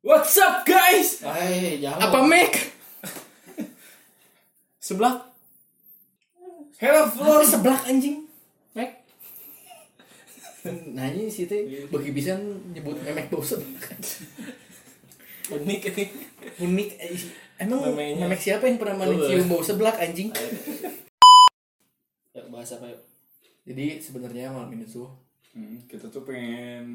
What's up guys? Ay, jangan. Apa Mac? Seblak. Hello floor. Oh, Seblak anjing. Mac. Nah, ini sih Iya, teh bagi bisa nyebut memek bau seblak. Unik ini. Unik eh, emang Namanya. memek siapa yang pernah Oh, mencium bau seblak anjing? Ya bahas apa iya. yuk? Jadi sebenarnya malam ini tuh Hmm, kita tuh pengen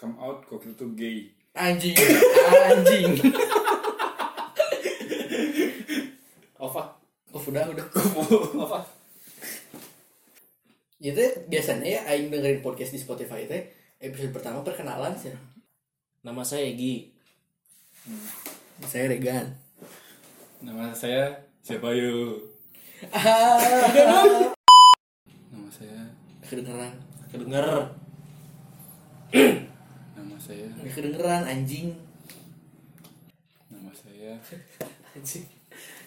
come out kok kita tuh gay. anjing, anjing. Ova. Oh, udah, udah. Ova. Ya teh biasanya ya aing dengerin podcast di Spotify teh episode pertama perkenalan sih. Nama saya Egi. Hmm. Saya Regan. Nama saya siapa yuk? Nama saya kedengeran, Kedenger. nama saya kedengeran anjing. nama saya Anjing.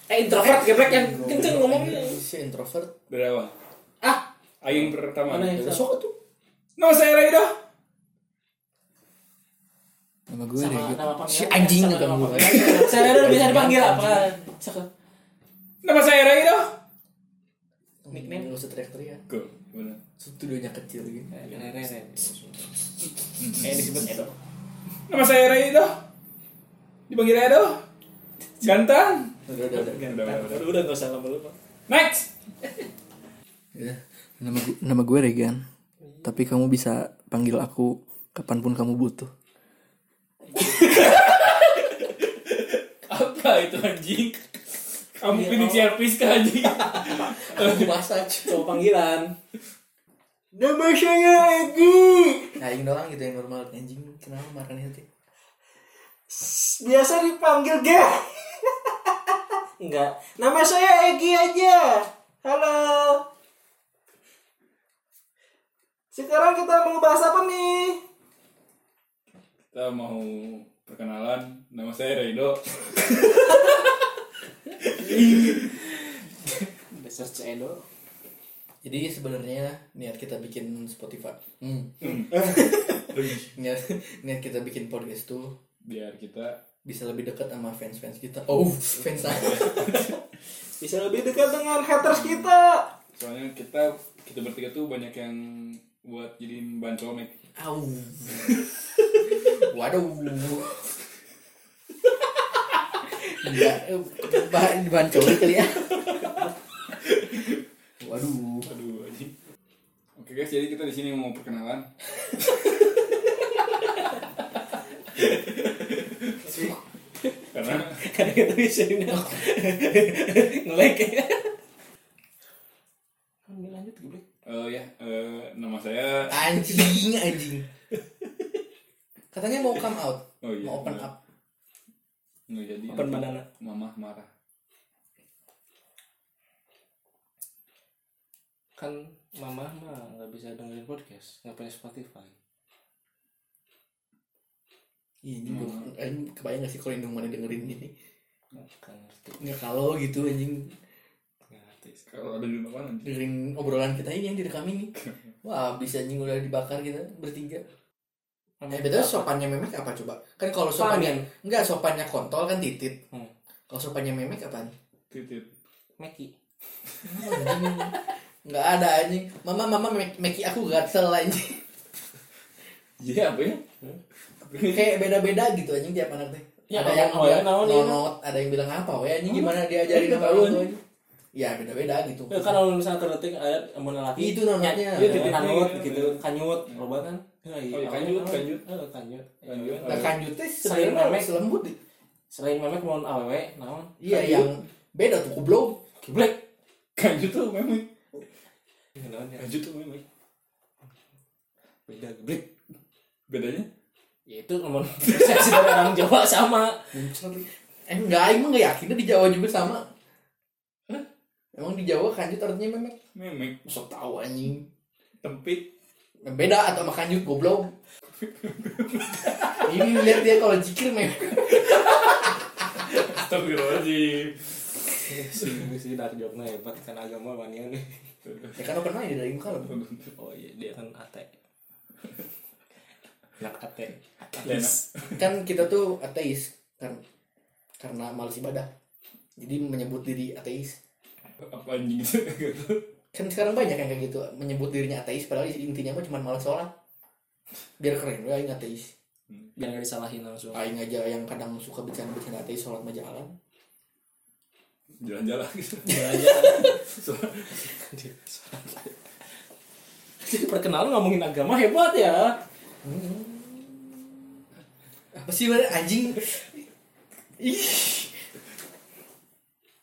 Eh introvert geblek yang kenceng ngomongnya. Si introvert. dari awal. Ah, Aing pertama. Mana yang- Dari sok tuh. Nama saya Raida. Nama gue sama nama panggilan. Si anjing sama nggak nama mulai. panggilan. Saya Raider bisa dipanggil apa? Saka. Nama saya Raida. Nickname. Nggak usah teriak-teriak. Go. Benar. Studionya kecil gitu. Rere. Eh disebut Edo. Nama saya Raida. Dipanggil Edo. Gantang. Udah, udah, Udah, udah. udah, udah. Udah udah enggak usah lama-lama. Next. Ya, Nama gue, nama gue Regan. Tapi kamu bisa panggil aku kapanpun kamu butuh. Apa itu anjing? Kamu Iya, oh. klinik servis kan anjing. Aku massage. Cowok panggilan. Nama saya Egi. Nah, yang doang gitu yang normal anjing. Kenapa makan hati? Biasa dipanggil Ge. Enggak. Nama saya Egi aja. Halo. Sekarang kita mau bahas apa nih? Kita mau perkenalan. Nama saya Raido. Dasar Cedo. Jadi sebenarnya niat kita bikin Spotify. Hmm. niat, niat kita bikin podcast tuh Biar kita bisa lebih dekat sama fans-fans kita. Oh, fans saya. Bisa lebih dekat dengan haters kita. soalnya kita kita bertiga tuh banyak yang buat jadiin bahan comek. Au. Waduh. Ya, eh, bahan bahan coli kali ya. Waduh. Aduh anjing. Oke guys, jadi kita di sini mau perkenalan. Karena Karena kita bisa nge-like ya. lanjut gue. eh ya eh, nama saya Anjing, anjing. Katanya mau come out, Oh iya, mau open bener. up. nggak jadi. Open nanti banana. Mama marah. Kan mama mah nggak bisa dengerin podcast, nggak punya Spotify. Iya, anjing. Hmm. anjing, kebayang gak sih kalau Indomaret dengerin ini? Nggak ngerti. Ya kalau gitu anjing Nggak ngerti. Kalau ada di mana anjing? dengerin obrolan kita ini yang direkam ini. Wah, bisa anjing udah dibakar kita bertiga. Eh, betul sopannya memek apa coba? Kan kalau sopannya Sopannya Enggak, sopannya kontol kan titit. ya? Hmm. Kalau sopannya memek apaan? Titit. Meki. Enggak ada anjing. Mama mama mek meki aku gatel anjing. Iya apa ya? Kayak beda-beda gitu anjing tiap anak teh. Ya, ada yang naon wae, bilang naon nonot, ieu. ada yang bilang apa we anjing gimana diajarin Iya, sama tahu, orang tuanya. Ya beda-beda gitu. Ya, kan kalau misalnya kedetik ada emang laki Itu nonotnya. Iya, titik Iya, kanyut iya, gitu, kanyut, loba kan. Oh, iya, kanyut, kanyut. Eh, kanyut. Kanyut. Nah, kanjutnya Selain sebenarnya memek. selembut. Selain memek mau awewe, naon? Iya, Kanyut. yang beda tuh goblok. Geblek. Kanjut tuh gitu, memang. Naon ya? Kanjut tuh memang. Beda geblek. Bedanya? Ya itu ngomong persepsi dari orang Jawa sama. Eh, enggak, emang enggak yakin di Jawa juga sama. Hah? Emang di Jawa kanjut artinya memek. Memek. Sok tahu anjing. Tempik. beda atau sama kanjut goblok ini lihat dia kalau jikir memek Astagfirullahaladzim. Sini Iya, sih dari Jogna hebat kan agama wanian nih. ya kan pernah ya dari muka lo Oh iya dia kan ate. Anak ate. Ate. Athena. kan kita tuh ateis kan karena malas ibadah jadi menyebut diri ateis Apa anjing gitu? kan sekarang banyak yang kayak gitu menyebut dirinya ateis padahal intinya mah cuma malas sholat biar keren ya aing ateis biar gak disalahin langsung aing aja yang kadang suka bercanda-bercanda ateis sholat mah jalan Jalan-jalan gitu. Iya, Jadi perkenalan ngomongin agama hebat ya apa sih bener anjing Ih.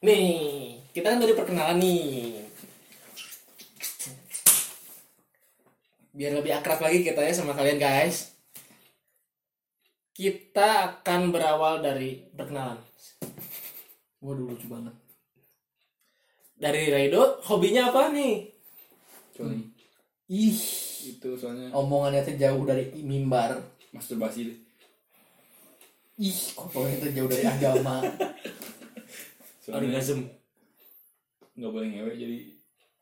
Nih, kita kan dari perkenalan nih. Biar lebih akrab lagi kita ya sama kalian guys. Kita akan berawal dari perkenalan. waduh lucu banget Dari Raido, hobinya apa nih? coy Ih, itu soalnya omongannya tuh jauh dari mimbar masturbasi deh. ih kotornya tuh jauh dari agama Soalnya orgasm. nggak boleh ngewe jadi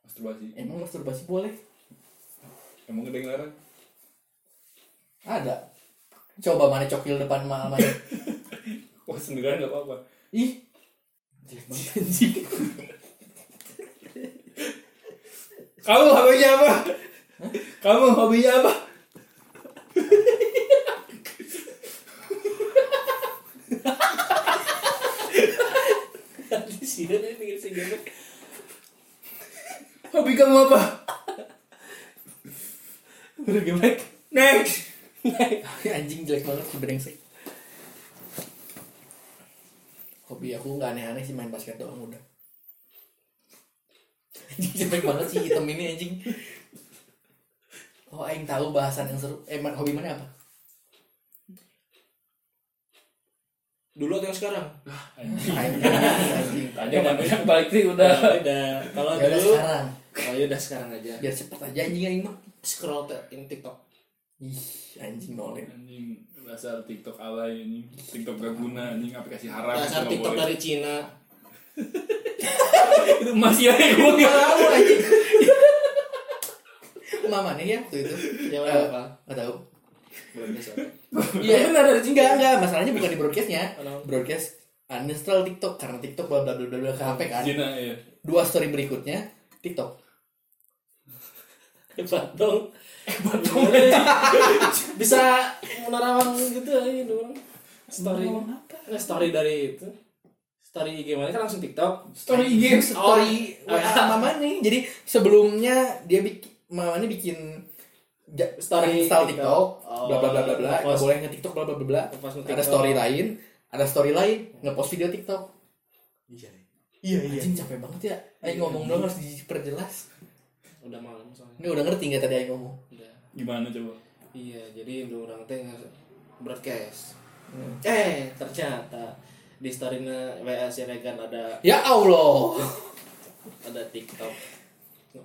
masturbasi. emang masturbasi boleh Emang ada yang larang? ada coba mana cokil depan mana mana Wah Oh, sendirian nggak apa-apa. ih jelek banget anjing Kamu hobinya apa? Kamu hobinya apa? Tadi sih ada yang pikir segala. Hobi kamu apa? Udah gemek. Next. anjing jelek banget si brengsek hobi aku nggak aneh-aneh sih main basket doang udah anjing jelek banget sih hitam ini anjing oh aing tahu bahasan yang seru eh man- hobi mana apa Dulu atau yang sekarang? aing anjing Tanya namanya balik sih Nah. udah. Udah. Kalau ya udah dulu, sekarang kalau udah sekarang aja. biar cepet aja anjing aing mah Scroll te- in TikTok. ih anjing nolin Anjing dasar TikTok alay anjing. TikTok gak guna anjing aplikasi haram. Dasar nggak TikTok boleh. dari Cina. itu masih ada yang guna. Iya. tahu anjing mama nih ya waktu itu Ya Eh, apa? nggak tahu Belum soalnya. Iya benar dari enggak enggak masalahnya bukan di broadcastnya. Kenapa? Broadcast ah, uninstall TikTok karena TikTok bla bla bla bla bla ke HP kan. Cina ya. Dua story berikutnya TikTok. Hebat dong. Hebat dong. Bisa menerawang gitu aja dong. Story. Nah, story dari itu. Story gimana kan langsung TikTok. Story IG. Story WA Oh, ah. mama nih. Jadi sebelumnya dia bikin mamanya bikin ja- Story uninstall TikTok. Oh, TikTok bla bla bla bla bla. Ngepost. Nggak boleh nge TikTok bla bla bla bla. Ngepost nge-TikTok. Ada story lain, ada story lain ngepost video TikTok. Iya. Iya iya. Anjing capek banget ya. Ayo ngomong dong harus diperjelas. Udah malam soalnya. Ini udah ngerti nggak tadi ayo ngomang? Udah. Gimana coba? Iya, jadi Indo orang teh ngas- broadcast. Eh, ternyata di storynya WA si Regan ada Ya Allah. Iya, ada TikTok.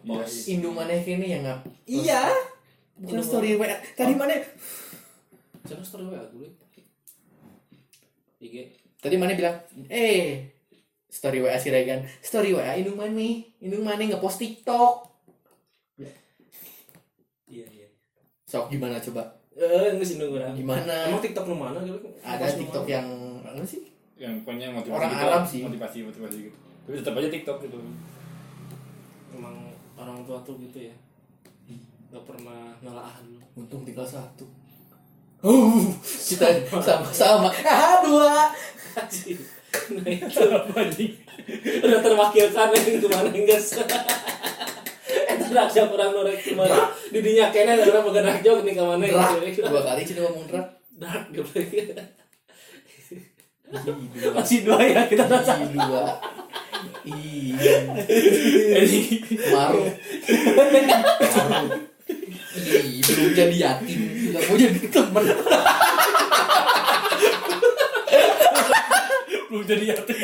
Ngepost. Indu mana kini yang ngap? Iya. Bukan story WA. Tadi mana? Jangan story WA dulu. IG. Tadi mana bilang, "Eh, story WA si Regan. Story WA Indu mana? Indu mana ngepost TikTok?" Iya, iya. Sok gimana coba? Eh, nggak sih orang. Gimana? Emang TikTok lu mana gitu? Ada TikTok yang apa sih? Yang pokoknya motivasi Orang gitu, Arab sih. Motivasi motivasi gitu. Tapi tetap aja TikTok gitu. emang orang tua tuh gitu ya. Gak pernah nelaah dulu. Untung tinggal satu. Uh, kita sama-sama. Ah, dua. nah itu udah terwakilkan yang kemana enggak sih? Itu udah Eh, siapa orang norek kemana? Didinya kena ada orang bergerak jauh nih kemana? gitu. Drak. Iya, Dua kali sih ngomong drak. Dark dia berarti. Masih dua ya kita rasa. I dua. I maru. Maru. Ih, belum jadi yatim, nggak mau jadi temen. Belum jadi yatim.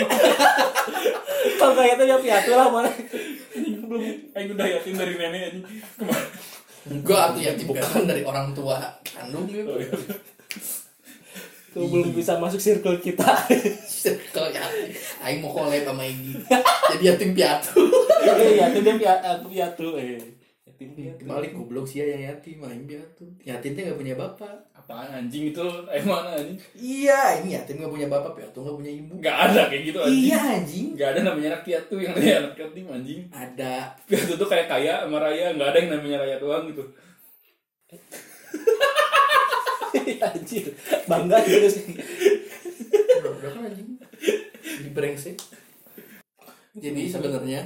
Kalau kayak itu ya piatu lah mana. Belum. Aku udah yatim dari nenek anjing. Kemarin. Enggak tuh yatim bukan dari orang tua kandung ya. Oh, iya. Tuh belum bisa masuk circle kita. Kalau yatim, Aing mau collab sama Egi. Jadi yatim piatu. Iya, iya, itu dia piatu, piatu eh. yatim piatu. Balik goblok sih ya yang yatim, main piatu. Yatim teh gak punya bapak. Apaan anjing itu? Eh mana anjing? Iya, ini yatim gak punya bapak, piatu gak punya ibu. Gak ada kayak gitu anjing. Iya anjing. Gak ada namanya anak piatu yang namanya anak yatim anjing. Ada Piatu tuh kayak kaya sama raya, gak ada yang namanya raya doang gitu. Anjir, bangga gitu sih. udah kan anjing. Di brengsek. Jadi sebenarnya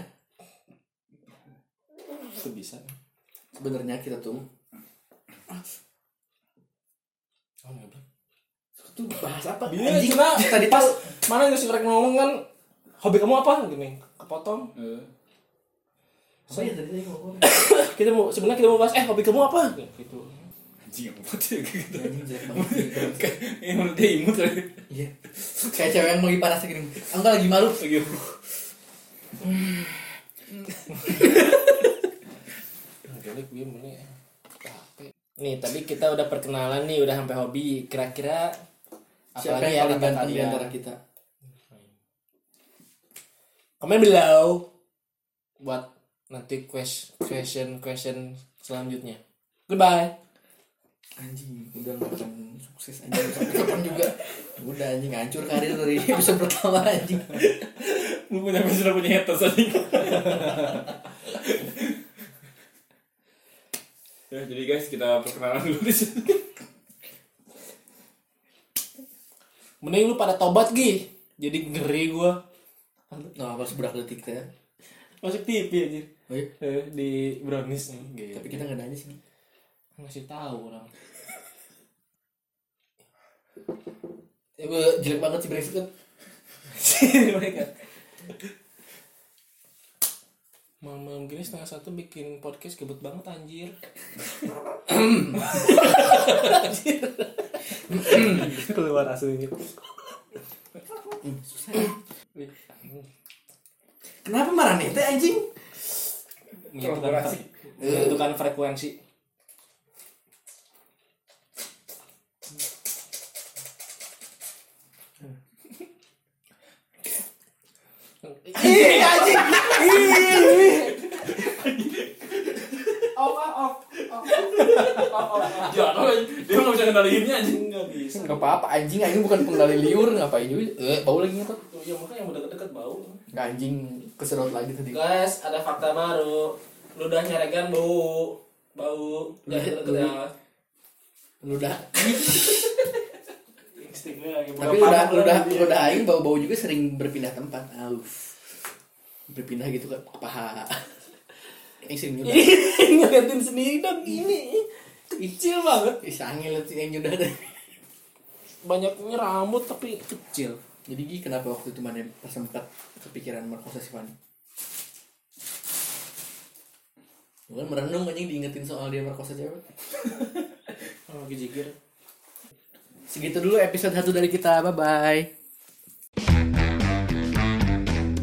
Itu bisa. sebenarnya kita tuh Oh, iya, goblok. tuh bahas apa? Bingung, Anjing cuma tadi pas pas mana nggak sih mereka ngomong kan hobi kamu apa gini kepotong Eh, Apa ya tadi tadi ngomong? kita mau sebenarnya kita mau bahas eh hobi kamu apa gitu anjing apa sih kayak gitu? Anjing jelek banget. Kayak yang menurut dia imut lagi. Iya. Kayak cewek yang mau panas gini. Aku lagi malu. Lagi. Jadi gue mulai capek. Nih tadi kita udah perkenalan nih udah sampai hobi kira-kira ya Siapa apalagi yang yang paling kata ganteng di kalian antara kita? komen below buat nanti quest- question question selanjutnya goodbye Anjing, udah nggak akan sukses anjing sampai kapan juga. Udah anjing hancur karir dari episode pertama anjing. Lu punya sudah punya haters anjing. ya, jadi guys kita perkenalan dulu di sini. mending lu pada tobat gih jadi ngeri gua Nah, harus sebelah detik ya. masuk TV anjir Oh iya, Eh, di brownies nih gitu. tapi kita nggak nanya sih. ngasih tahu orang Ya, gue jelek banget sih brengsek kan. mereka malam-malam gini setengah satu bikin podcast gebet banget anjir Anjir. keluar aslinya Kenapa marah nih teh anjing? menentukan, fre- menentukan kan, frekuensi Ih, anjing. Jangan Iya, anjing. Dia nggak bisa kendaliinnya anjing. nggak bisa Enggak apa-apa anjing, anjing bukan pengendali liur ngapain juga. Eh, bau lagi ngetot. tuh ya makanya yang udah deket bau Enggak anjing kesedot lagi tadi. guys ada fakta baru ludah nyaregan bau bau Iya. jangan deket ya Ludah. instingnya lagi Tapi Bukan ludah panas ludah lagi. ludah aing bau-bau juga sering berpindah tempat. Auf. Berpindah gitu ke ke paha. Aing sering nyudah. ngeliatin sendiri dong ini kecil banget Ih, sangil itu yang nyudah tadi. banyaknya rambut tapi kecil Jadi Gi, kenapa waktu itu mana pas sempat kepikiran merkosesifan? Bukan merenung anjing diingetin soal dia merkosa cewek. oh, lagi jigir Segitu dulu episode 1 dari kita. Bye bye.